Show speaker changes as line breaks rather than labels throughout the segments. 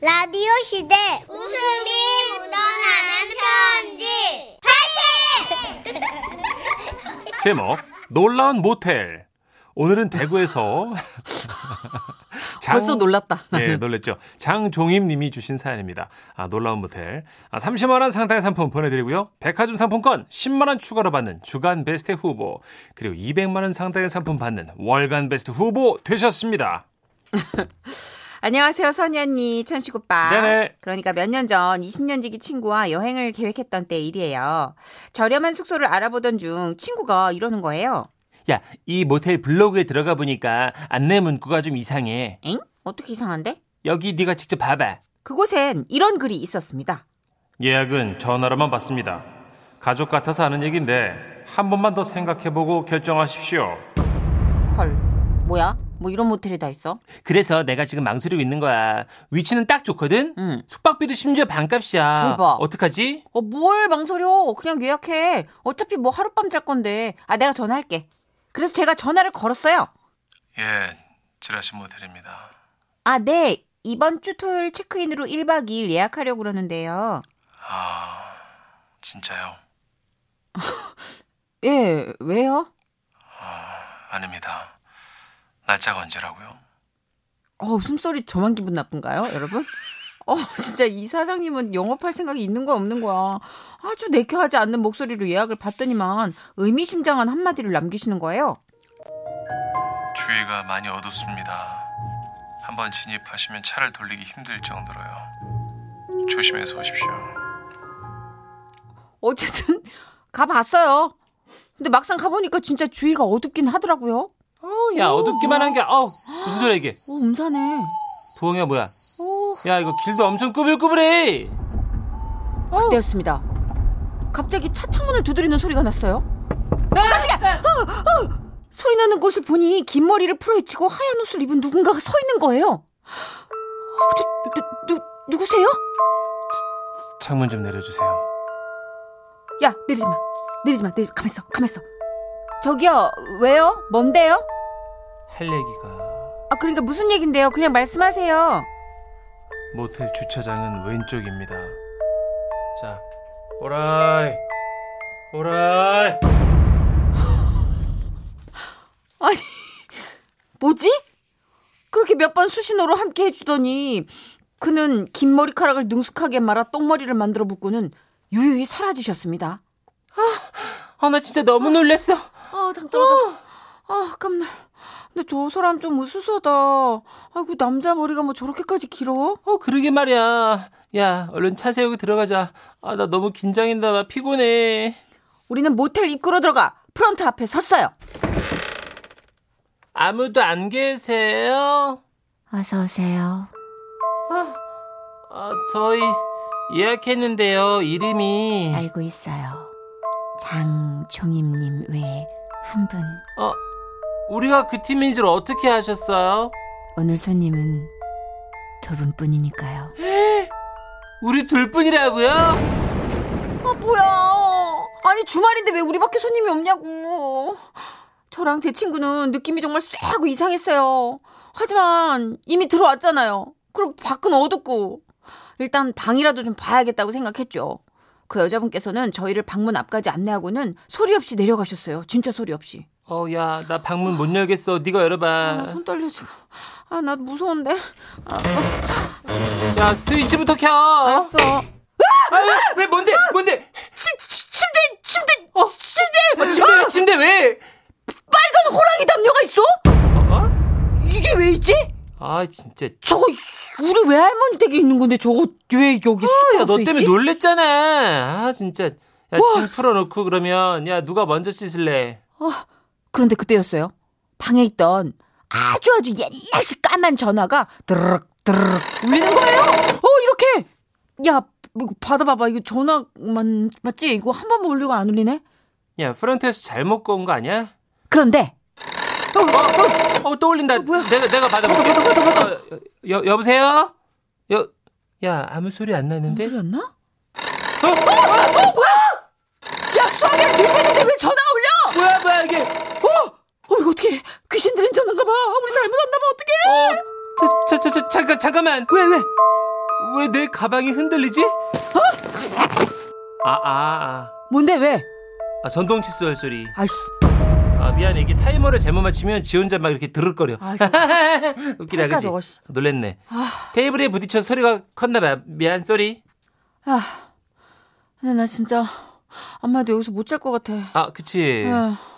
라디오 시대
웃음이 묻어나는 편지.
제목 놀라운 모텔. 오늘은 대구에서 장-
벌써 놀랐다.
예, 놀랬죠. 장종임 님이 주신 사연입니다. 아, 놀라운 모텔. 아, 30만 원 상당의 상품 보내 드리고요. 백화점 상품권 10만 원 추가로 받는 주간 베스트 후보, 그리고 200만 원 상당의 상품 받는 월간 베스트 후보 되셨습니다.
안녕하세요, 선희 언니, 천식 오빠.
네네.
그러니까 몇 년 전 20년지기 친구와 여행을 계획했던 때 일이에요. 저렴한 숙소를 알아보던 중 친구가 이러는 거예요.
야, 이 모텔 블로그에 들어가 보니까 안내 문구가 좀 이상해.
엥? 어떻게 이상한데?
여기 네가 직접 봐봐.
그곳엔 이런 글이 있었습니다.
예약은 전화로만 받습니다. 가족 같아서 하는 얘기인데 한 번만 더 생각해보고 결정하십시오.
헐, 뭐야? 뭐 이런 모텔이 다 있어?
그래서 내가 지금 망설이고 있는 거야. 위치는 딱 좋거든.
응.
숙박비도 심지어 반값이야.
대박.
어떡하지?
어, 뭘 망설여. 그냥 예약해. 어차피 뭐 하룻밤 잘 건데. 아, 내가 전화할게. 그래서 제가 전화를 걸었어요.
예, 지라시 모텔입니다.
아, 네. 이번 주 토요일 체크인으로 1박 2일 예약하려고 그러는데요.
아, 진짜요?
예, 왜요?
아, 아닙니다. 날짜가 언제라고요?
어, 숨소리 저만 기분 나쁜가요, 여러분? 어, 진짜 이 사장님은 영업할 생각이 있는 거야, 없는 거야. 아주 내켜하지 않는 목소리로 예약을 받더니만 의미심장한 한마디를 남기시는 거예요.
주위가 많이 어둡습니다. 한번 진입하시면 차를 돌리기 힘들 정도로요. 조심해서 오십시오.
어쨌든 가봤어요. 근데 막상 가보니까 진짜 주위가 어둡긴 하더라고요.
야, 어둡기만 한 게, 어, 무슨 소리야 이게?
어, 음산해. 어,
부엉이야 뭐야?
오,
야 이거 길도 엄청 꾸불꾸불해.
그때였습니다. 갑자기 차 창문을 두드리는 소리가 났어요. 어, 깜짝이야! 어, 어! 소리 나는 곳을 보니 긴 머리를 풀어헤치고 하얀 옷을 입은 누군가가 서 있는 거예요. 어, 누, 누, 누, 누구세요?
창문 좀 내려주세요.
야, 내리지 마. 내리지 마. 내리, 가만있어. 가만있어. 저기요, 왜요? 뭔데요?
할 얘기가
아, 그러니까 무슨 얘긴데요? 그냥 말씀하세요.
모텔 주차장은 왼쪽입니다. 자, 오라이, 오라이.
뭐지? 그렇게 몇 번 수신호로 함께 해주더니 그는 긴 머리카락을 능숙하게 말아 똥머리를 만들어 묶고는 유유히 사라지셨습니다.
아 나 진짜 너무 놀랬어.
아, 당 떨어져. 아, 깜놀. 근데 저 사람 좀 으스스하다. 아이고, 남자 머리가 뭐 저렇게까지 길어?
어 그러게 말이야. 야 얼른 차 세우고 들어가자. 아 나 너무 긴장했나 봐 피곤해.
우리는 모텔 입구로 들어가 프런트 앞에 섰어요.
아무도 안 계세요?
어서 오세요.
아 저희 예약했는데요. 이름이
알고 있어요. 장종임님 외에 한 분.
어 우리가 그 팀인 줄 어떻게 아셨어요?
오늘 손님은 두 분뿐이니까요.
우리 둘뿐이라고요?
아, 뭐야. 아니, 주말인데 왜 우리밖에 손님이 없냐고. 저랑 제 친구는 느낌이 정말 쎄하고 이상했어요. 하지만 이미 들어왔잖아요. 그럼 밖은 어둡고. 일단 방이라도 좀 봐야겠다고 생각했죠. 그 여자분께서는 저희를 방문 앞까지 안내하고는 소리 없이 내려가셨어요. 진짜 소리 없이.
어, 야, 나 방문 못 열겠어. 네가
아, 나
열어봐.
손 떨려 지금. 아, 나 무서운데. 아,
야, 스위치부터 켜.
알았어.
아, 왜 뭔데? 뭔데?
침, 침, 침대, 침대, 어, 침대.
어, 침대 왜? 침대 왜?
빨간 호랑이 담요가 있어?
어?
이게 왜 있지?
아, 진짜.
저거 우리 외할머니 댁에 있는 건데 저거 왜 여기
야, 어, 너
숙박돼
때문에
있지?
놀랬잖아. 아, 진짜. 야,
와,
침 풀어놓고 그러면 야, 누가 먼저 씻을래?
그런데 그때였어요. 방에 있던 아주 아주 옛날식 까만 전화가 드르륵 드르륵 울리는 거예요. 어 이렇게 야 뭐, 이거 받아봐봐 이거 전화만 맞지? 이거 한 번만 울리고 안 울리네?
야, 프런트에서 잘못 구운 거 아니야?
그런데
어, 또 울린다. 내가 내가 받아볼게. 어, 여, 여보세요? 여, 야, 아무 소리 안 나는데?
울렸나? 어, 야 수학이랑 들고 있는데 왜 전화 울려?
뭐야, 뭐야 이게?
어? 어 이거 어떻게 귀신 들린 전화인가 봐. 우리 잘못 왔나 봐 어떡해?
어, 자, 자, 자, 자, 잠깐, 잠깐만.
왜 왜?
왜 내 가방이 흔들리지? 어? 아, 아, 아.
뭔데 왜?
아, 전동 칫솔 소리.
아이씨.
아, 미안해. 이게 타이머를 잘못 맞추면 지 혼자 막 이렇게 들을거려.
아이씨.
웃기다,
할까,
그지?
저거, 씨.
놀랬네.
아.
테이블에 부딪혀 소리가 컸나봐. 미안, 소리.
아. 근데 나 진짜 아마도 여기서 못 잘 것 같아.
아, 그치.
에.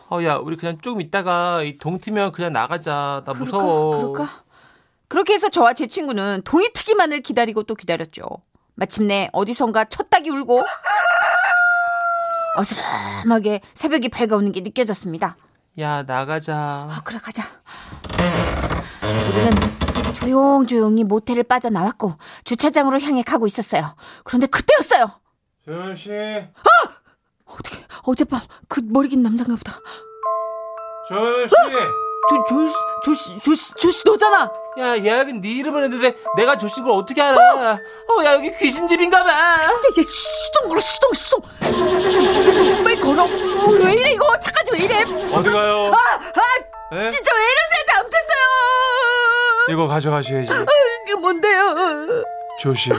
어, 야, 우리 그냥 조금 있다가 이 동트면 그냥 나가자. 나 무서워.
그럴까? 그럴까? 그렇게 해서 저와 제 친구는 동이 트기만을 기다리고 또 기다렸죠. 마침내 어디선가 첫 닭이 울고 어스름하게 새벽이 밝아오는 게 느껴졌습니다.
야, 나가자.
아, 그래 가자. 우리는 조용조용히 모텔을 빠져나왔고 주차장으로 향해 가고 있었어요. 그런데 그때였어요.
조현 씨,
어떻게 어젯밤 그 머리 긴 남자인가 보다.
조현 씨.
조조조조씨 너잖아.
야, 예약은 네 이름을 했는데 내가 조신 걸 어떻게 알아? 어, 야, 여기 귀신집인가봐.
야야 시동 걸어 시동 시동 빨리 걸어 어, 왜 이래 이거 차까지 왜 이래
어디 가요?
아, 아
에?
진짜 왜 이러세요 잘못했어요
이거 가져가셔야지.
이게 뭔데요
조식,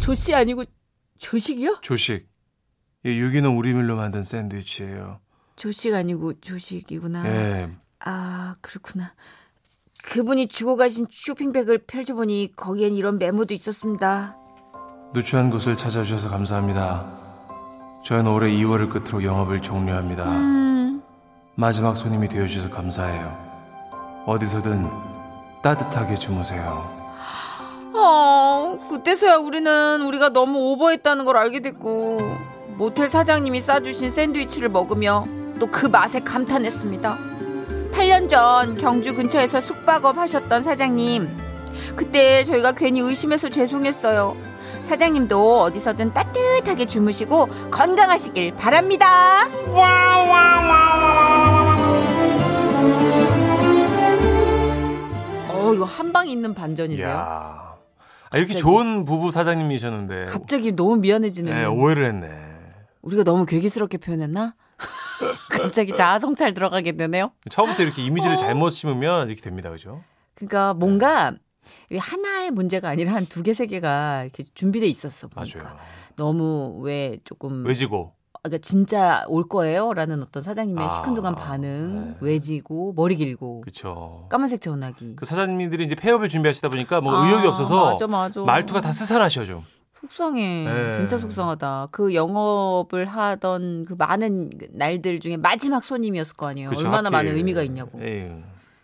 조씨 아니고 조식이요?
조식. 이 유기농 우리밀로 만든 샌드위치예요.
조식 아니고 조식이구나
네.
예.
아 그렇구나 그분이 주고 가신 쇼핑백을 펼쳐보니 거기엔 이런 메모도 있었습니다
누추한 곳을 찾아주셔서 감사합니다. 저희는 올해 2월을 끝으로 영업을 종료합니다.
음
마지막 손님이 되어주셔서 감사해요. 어디서든 따뜻하게 주무세요.
어, 그때서야 우리는 우리가 너무 오버했다는 걸 알게 됐고 모텔 사장님이 싸주신 샌드위치를 먹으며 또 그 맛에 감탄했습니다. 8년 전 경주 근처에서 숙박업 하셨던 사장님. 그때 저희가 괜히 의심해서 죄송했어요. 사장님도 어디서든 따뜻하게 주무시고 건강하시길 바랍니다. 어, 이거 한 방 있는 반전인데요.
이야. 아, 이렇게
갑자기.
좋은 부부 사장님이셨는데.
갑자기 너무 미안해지는.
예, 오해를 했네.
우리가 너무 괴기스럽게 표현했나? 갑자기
예.
자아성찰 들어가게 되네요.
처음부터 이렇게
어.
이미지를 잘못 심으면 이렇게 됩니다. 그죠?
그러니까 뭔가
예.
이 하나의 문제가 아니라 한 두 개, 세 개가 이렇게 준비돼 있었어. 보니까.
맞아요. 음.
너무 왜 조금
외지고.
그러니까 진짜 올 거예요라는 어떤 사장님의
아,
시큰둥한 반응,
네.
외지고 머리 길고
그쵸.
까만색 전화기.
그 사장님들이 이제 폐업을 준비하시다 보니까 뭔가
아,
의욕이 없어서
맞아, 맞아.
말투가 다 스산하셔 좀.
속상해.
네.
진짜 속상하다. 그 영업을 하던 그 많은 날들 중에 마지막 손님이었을 거 아니에요.
그쵸,
얼마나
하필. 네.
많은 의미가 있냐고.
에휴.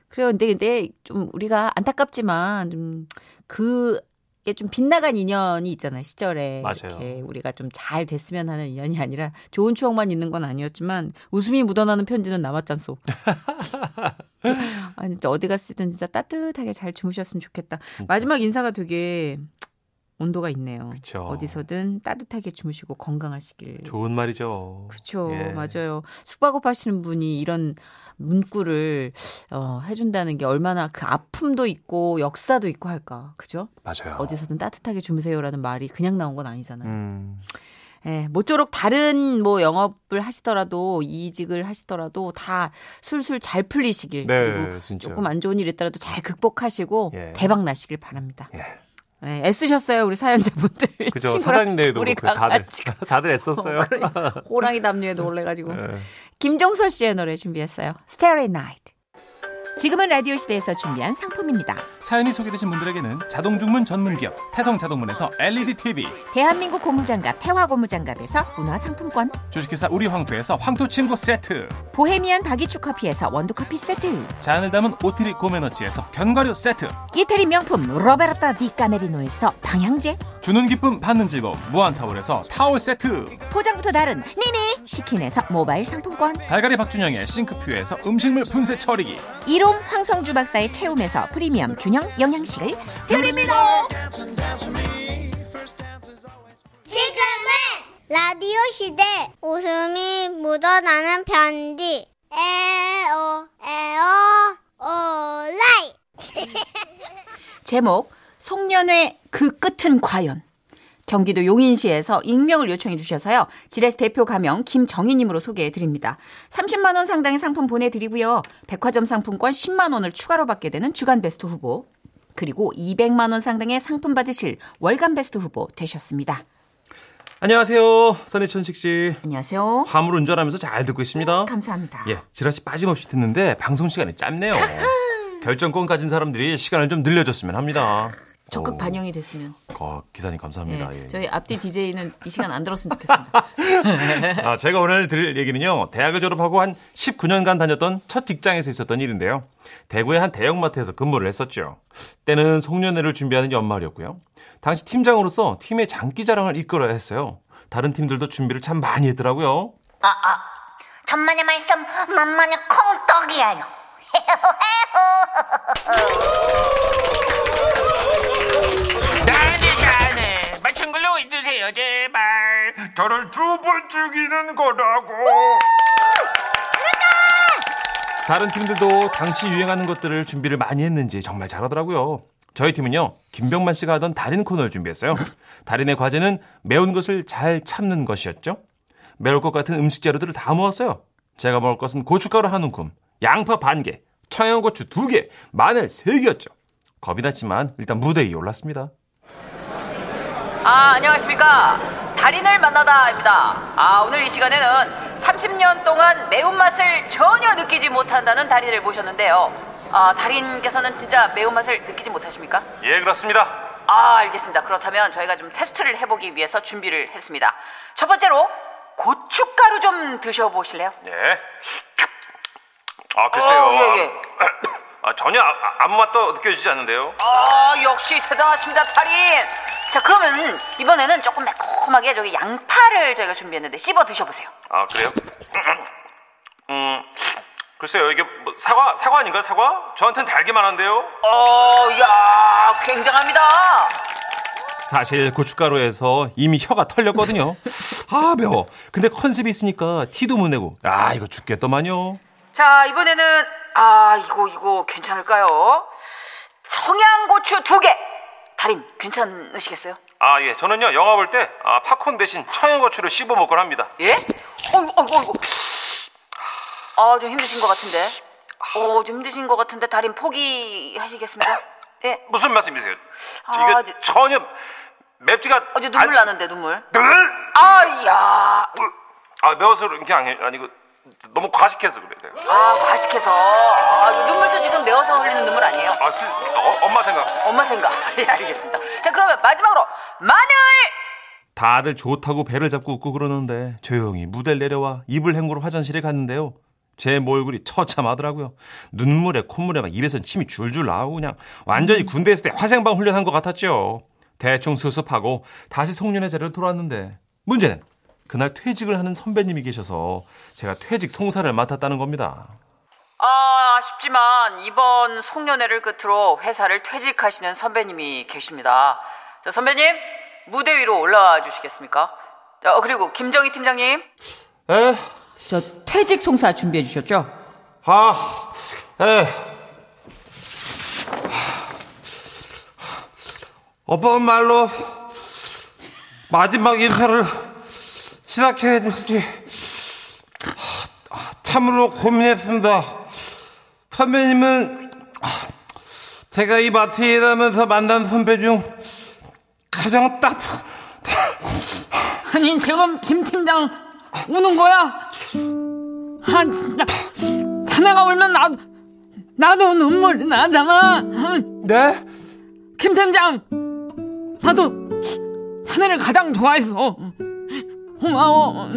그래요. 근데 근데 좀 우리가 안타깝지만 좀 그게 좀 빗나간 인연이 있잖아요. 시절에
맞아요.
이렇게 우리가 좀 잘 됐으면 하는 인연이 아니라 좋은 추억만 있는 건 아니었지만 웃음이 묻어나는 편지는 남았잖소. 아 진짜 어디 갔을든 진짜 따뜻하게 잘 주무셨으면 좋겠다. 마지막 인사가 되게 온도가 있네요.
그쵸.
어디서든 따뜻하게 주무시고 건강하시길.
좋은 말이죠.
그렇죠,
예.
맞아요. 숙박업 하시는 분이 이런 문구를 어, 해준다는 게 얼마나 그 아픔도 있고 역사도 있고 할까, 그죠?
맞아요.
어디서든 따뜻하게 주무세요라는 말이 그냥 나온 건 아니잖아요.
음.
예, 모쪼록 다른 뭐 영업을 하시더라도 이직을 하시더라도 다 술술 잘 풀리시길 그리고
네, 진짜.
조금 안 좋은 일 있더라도 잘 극복하시고
예.
대박 나시길 바랍니다.
예.
예, 애쓰셨어요 우리 사연자분들.
그죠.
친구랑
사장님들도 네,
둘이
그렇고 다들
가가지고.
다들 애썼어요.
호랑이 담요에도 올래가지고.
네.
예.
김종서 씨의 노래 준비했어요. Starry Night. 지금은 라디오 시대에서 준비한 상품입니다.
사연이 소개되신 분들에게는 자동 주문 전문 기업 태성 자동문에서 LED TV,
대한민국 고무장갑 태화 고무장갑에서 문화 상품권,
주식회사 우리 황토에서 황토 침구 세트,
보헤미안 다기축 커피에서 원두 커피 세트,
잔을 담은 오트리 고메너치에서 견과류 세트,
이태리 명품 로베르타 디 까메리노에서 방향제,
주는 기쁨 받는 즐거움 무한 타월에서 타월 세트,
포장부터 다른 니니 치킨에서 모바일 상품권,
달걀이 박준영의 싱크퓨에서 음식물 분쇄 처리기,
이롬 황성주 박사의 채움에서 프리미엄 균형 영양식을 드립니다.
지금은 라디오 시대 웃음이 묻어나는 편지 에어 에어 오라이
제목 송년회 그 끝은 과연 경기도 용인시에서 익명을 요청해 주셔서요. 지레스 대표 가명 김정희님으로 소개해 드립니다. 30만 원 상당의 상품 보내드리고요. 백화점 상품권 10만 원을 추가로 받게 되는 주간 베스트 후보 그리고 200만 원 상당의 상품 받으실 월간 베스트 후보 되셨습니다.
안녕하세요. 써니천식 씨.
안녕하세요.
화물 운전하면서 잘 듣고 있습니다.
감사합니다.
예, 지라 씨 빠짐없이 듣는데 방송 시간이 짧네요. 결정권 가진 사람들이 시간을 좀 늘려줬으면 합니다.
적극
오,
반영이 됐으면.
어, 기사님 감사합니다.
예,
예.
저희 앞뒤 DJ는 이 시간 안 들었으면 좋겠습니다.
아, 제가 오늘 드릴 얘기는요. 대학을 졸업하고 한 19년간 다녔던 첫 직장에서 있었던 일인데요. 대구의 한 대형마트에서 근무를 했었죠. 때는 송년회를 준비하는 연말이었고요. 당시 팀장으로서 팀의 장기 자랑을 이끌어야 했어요. 다른 팀들도 준비를 참 많이 했더라고요.
천만의 말씀 만만의 콩떡이야요.
아니 자네 맞춘 걸로 해주세요 제발 저를 두 번 죽이는 거라고
다른 팀들도 당시 유행하는 것들을 준비를 많이 했는지 정말 잘하더라고요. 저희 팀은요, 김병만 씨가 하던 달인 코너를 준비했어요. 달인의 과제는 매운 것을 잘 참는 것이었죠. 매울 것 같은 음식 재료들을 다 모았어요. 제가 먹을 것은 고춧가루 한 움큼, 양파 반 개, 청양고추 두 개, 마늘 세 개였죠. 겁이 났지만 일단 무대 위에 올랐습니다.
아, 안녕하십니까. 달인을 만나다입니다. 아, 오늘 이 시간에는 30년 동안 매운맛을 전혀 느끼지 못한다는 달인을 모셨는데요. 아, 달인께서는 진짜 매운맛을 느끼지 못하십니까?
예, 그렇습니다.
아, 알겠습니다. 그렇다면 저희가 좀 테스트를 해보기 위해서 준비를 했습니다. 첫 번째로 고춧가루 좀 드셔보실래요?
예. 아,
어, 예, 예.
아, 전혀 아무 맛도 느껴지지 않는데요.
아, 역시 대단하십니다, 달인. 자, 그러면 이번에는 조금 매콤하게 저기 양파를 저희가 준비했는데 씹어 드셔보세요.
아 그래요? 음 글쎄요 이게 뭐 사과 사과 아닌가 사과? 저한텐 달기만 한데요.
어, 야, 굉장합니다.
사실 고춧가루에서 이미 혀가 털렸거든요. 아 매워. 근데 컨셉이 있으니까 티도 못 내고 아 이거 죽겠더만요.
자, 이번에는 아, 이거 이거 괜찮을까요? 청양고추 두 개. 달인 괜찮으시겠어요?
아 예, 저는요 영화 볼 때 아, 팝콘 대신 청양고추를 씹어 먹곤 합니다.
예? 어이구, 어이구, 어이구. 아, 좀 힘드신 것 같은데. 어, 좀 힘드신 것 같은데 달인 포기하시겠습니까? 예.
무슨 말씀이세요?
아, 이게 저-
전혀 맵지가
어제 눈물 나는데 눈물.
안...
아, 야.
아 매워서 그런 게 아니, 아니고 너무 과식해서 그래요.
아, 과식해서. 아, 이 눈물도 지금 매워서 흘리는 눈물 아니에요?
아 스, 엄마 생각.
엄마 생각. 예, 알겠습니다. 자, 그러면 마지막으로 마늘
다들 좋다고 배를 잡고 웃고 그러는데 조용히 무대를 내려와 입을 헹구러 화장실에 갔는데요. 제 몰골이 처참하더라고요. 눈물에 콧물에 막 입에서 침이 줄줄 나오고 그냥 완전히 군대 있을 때 화생방 훈련한 것 같았죠. 대충 수습하고 다시 송년회 자리로 돌아왔는데 문제는 그날 퇴직을 하는 선배님이 계셔서 제가 퇴직 송사를 맡았다는 겁니다.
아, 아쉽지만 이번 송년회를 끝으로 회사를 퇴직하시는 선배님이 계십니다. 자, 선배님, 무대 위로 올라와 주시겠습니까? 자, 어, 그리고 김정희 팀장님.
에?
저 퇴직 송사 준비해 주셨죠?
아, 에. 어떤 말로 마지막 인사를 시작해야 될지 아, 참으로 고민했습니다. 선배님은 제가 이 마트에 일하면서 만난 선배 중 가장 따뜻,
아니 지금 김 팀장 우는 거야? 아 진짜 자네가 울면 나도 나도 눈물 나잖아.
네?
김 팀장 나도 자네를 가장 좋아했어. 고마워.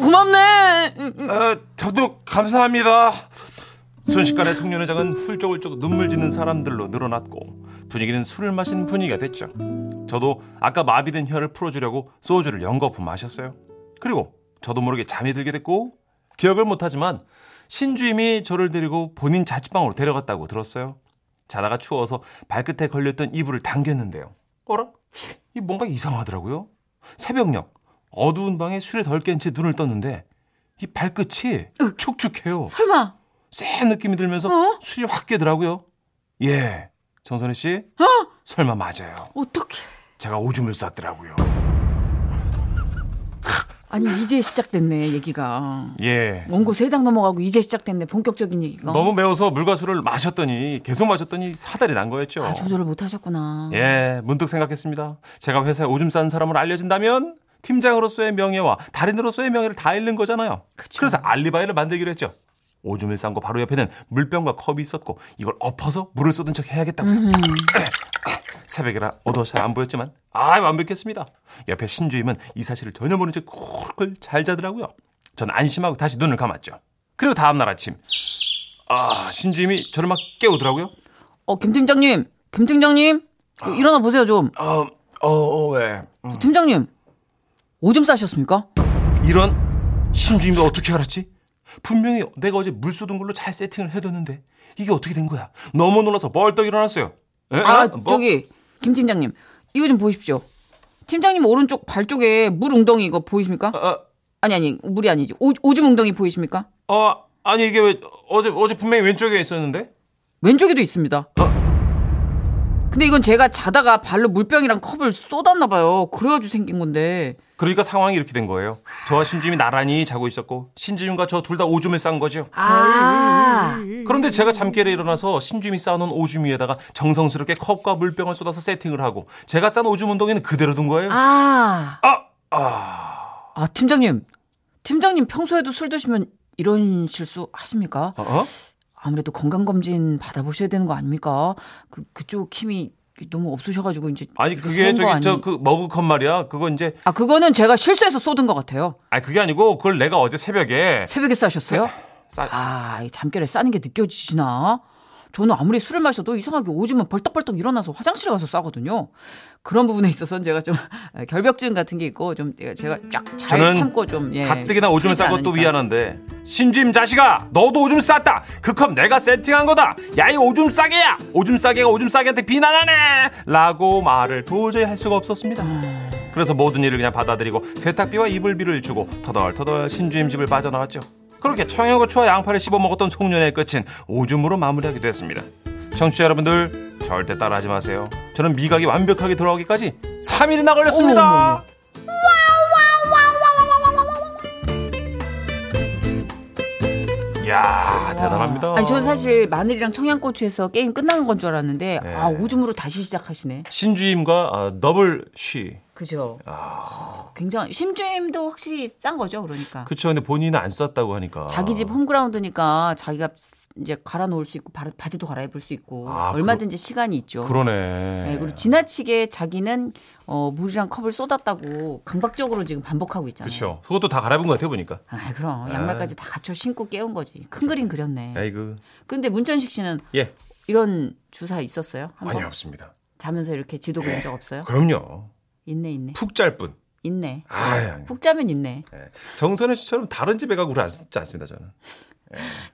고맙네.
어, 저도 감사합니다. 순식간에 송년회장은 훌쩍훌쩍 눈물 짓는 사람들로 늘어났고 분위기는 술을 마신 분위기가 됐죠. 저도 아까 마비된 혀를 풀어주려고 소주를 연거푸 마셨어요. 그리고 저도 모르게 잠이 들게 됐고 기억을 못하지만 신주임이 저를 데리고 본인 자취방으로 데려갔다고 들었어요. 자다가 추워서 발끝에 걸렸던 이불을 당겼는데요. 어라? 이 뭔가 이상하더라고요. 새벽녘 어두운 방에 술에 덜 깬 채 눈을 떴는데 이 발끝이 축축해요.
설마
쎄 느낌이 들면서 술이 확 깨더라고요. 예, 정선희 씨. 설마 맞아요.
어떻게?
제가 오줌을 쌌더라고요.
아니 이제 시작됐네 얘기가.
예.
원고 세 장 넘어가고 이제 시작됐네 본격적인 얘기가.
너무 매워서 물과수를 마셨더니 계속 마셨더니 사달이 난 거였죠.
아, 조절을 못 하셨구나.
예, 문득 생각했습니다. 제가 회사에 오줌 싼 사람을 알려진다면 팀장으로서의 명예와 달인으로서의 명예를 다 잃는 거잖아요.
그쵸.
래서 알리바이를 만들기로 했죠. 오줌을 싼 거 바로 옆에는 물병과 컵이 있었고 이걸 엎어서 물을 쏟은 척 해야겠다고. 새벽이라 어두워 잘 안 보였지만 아 완벽했습니다. 옆에 신주임은 이 사실을 전혀 모른 채 쿨쿨 잘 자더라고요. 전 안심하고 다시 눈을 감았죠. 그리고 다음날 아침 아 신주임이 저를 막 깨우더라고요.
어 김 팀장님, 김 팀장님 어, 일어나 보세요 좀.
어어 어, 왜?
팀장님 오줌 싸셨습니까?
이런 신주임이 어떻게 알았지? 분명히 내가 어제 물 쏟은 걸로 잘 세팅을 해뒀는데 이게 어떻게 된 거야? 너무 놀라서 벌떡 일어났어요. 에?
아
뭐?
저기 김 팀장님 이거 좀 보십시오. 팀장님 오른쪽 발 쪽에 물 웅덩이 이거 보이십니까?
아,
아니 아니 물이 아니지 오, 오줌 웅덩이 보이십니까?
어 아니 이게 왜 어제 어제 분명히 왼쪽에 있었는데?
왼쪽에도 있습니다. 근데 이건 제가 자다가 발로 물병이랑 컵을 쏟았나 봐요. 그래가지고 생긴 건데.
그러니까 상황이 이렇게 된 거예요. 저와 신주임이 나란히 자고 있었고 신주임과 저 둘 다 오줌을 싼 거죠.
아.
그런데 제가 잠결에 일어나서 신주임이 쌓아놓은 오줌 위에다가 정성스럽게 컵과 물병을 쏟아서 세팅을 하고 제가 싼 오줌 운동에는 그대로 둔 거예요.
아. 아. 아, 팀장님. 팀장님 평소에도 술 드시면 이런 실수 하십니까?
어?
아무래도 건강검진 받아보셔야 되는 거 아닙니까? 그, 그쪽 힘이 너무 없으셔가지고 이제.
아니
이렇게
그게
센거
저기
아니-
저 그 머그컵 말이야. 그거 이제
아, 그거는 제가 실수해서 쏟은 것 같아요.
아니 그게 아니고 그걸 내가 어제 새벽에
새벽에 싸셨어요?
싸-
아, 이 잠결에 싸는 게 느껴지시나? 저는 아무리 술을 마셔도 이상하게 오줌은 벌떡벌떡 일어나서 화장실에 가서 싸거든요. 그런 부분에 있어서는 제가 좀 결벽증 같은 게 있고 좀 제가 쫙 잘
저는
참고 좀 예,
가뜩이나 오줌을
풀리지
싼 것도
않으니까.
미안한데 신주임 자식아 너도 오줌 쌌다 그 컵 내가 세팅한 거다 야 이 오줌 싸개야 오줌 싸개가 오줌 싸개한테 비난하네 라고 말을 도저히 할 수가 없었습니다 그래서 모든 일을 그냥 받아들이고 세탁비와 이불비를 주고 터덜터덜 신주임 집을 빠져나갔죠 그렇게 청양고추와 양파를 씹어 먹었던 송년회의 끝은 오줌으로 마무리하기도 했습니다 청취자 여러분들 절대 따라하지 마세요 저는 미각이 완벽하게 돌아오기까지 3일이나 걸렸습니다
어머머머.
이야 대단합니다.
아니 저는 사실 마늘이랑 청양고추에서 게임 끝나는 건 줄 알았는데
네.
아 오줌으로 다시 시작하시네.
신주임과 아, 더블 쉬.
그죠. 어, 굉장히 심주임도 확실히 싼 거죠, 그러니까.
그쵸 아. 근데 본인은 안 썼다고 하니까.
자기 집 홈그라운드니까 자기가 이제 갈아 놓을 수 있고 바- 바지도 갈아입을 수 있고
아,
얼마든지 시간이 있죠.
그러네.
네, 그리고 지나치게 자기는 어, 물이랑 컵을 쏟았다고 강박적으로 지금 반복하고 있잖아요.
그쵸. 그것도 다 갈아입은 것 같아 보니까.
아, 그럼 양말까지 다 갖춰 신고 깨운 거지. 큰 그림 그렸네.
아이고.
근데 문천식 씨는
예.
이런 주사 있었어요? 한번
아니 없습니다.
자면서 이렇게 지도
네.
그린 적 없어요?
그럼요.
있네, 있네.
푹 짤 뿐.
있네.
아,
푹 자면 있네.
정선혜 씨처럼 다른 집에 가고 그러지 않- 않습니다 저는.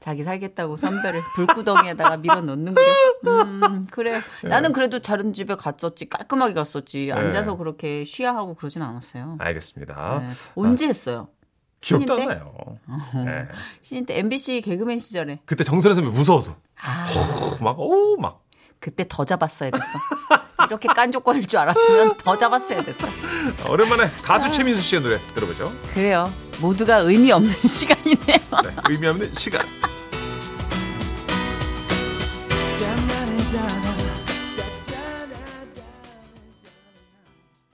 자기 살겠다고 선배를 불구덩이에다가 밀어 넣는군요. 음, 그래. 나는 그래도 다른 집에 갔었지. 깔끔하게 갔었지. 앉아서 그렇게 쉬야하고 그러진 않았어요.
알겠습니다.
네. 언제 했어요? 신인 때?
귀엽다나요. 예.
신인 때 MBC 개그맨 시절에.
그때 정선혜 선배 무서워서
아,
막오막 막.
그때 더 잡았어야 됐어. 이렇게 깐족거릴 줄 알았으면 더 잡았어야 됐어.
오랜만에 가수 최민수 씨의 노래 들어보죠.
그래요. 모두가 의미 없는 시간이네요.
네, 의미 없는 시간.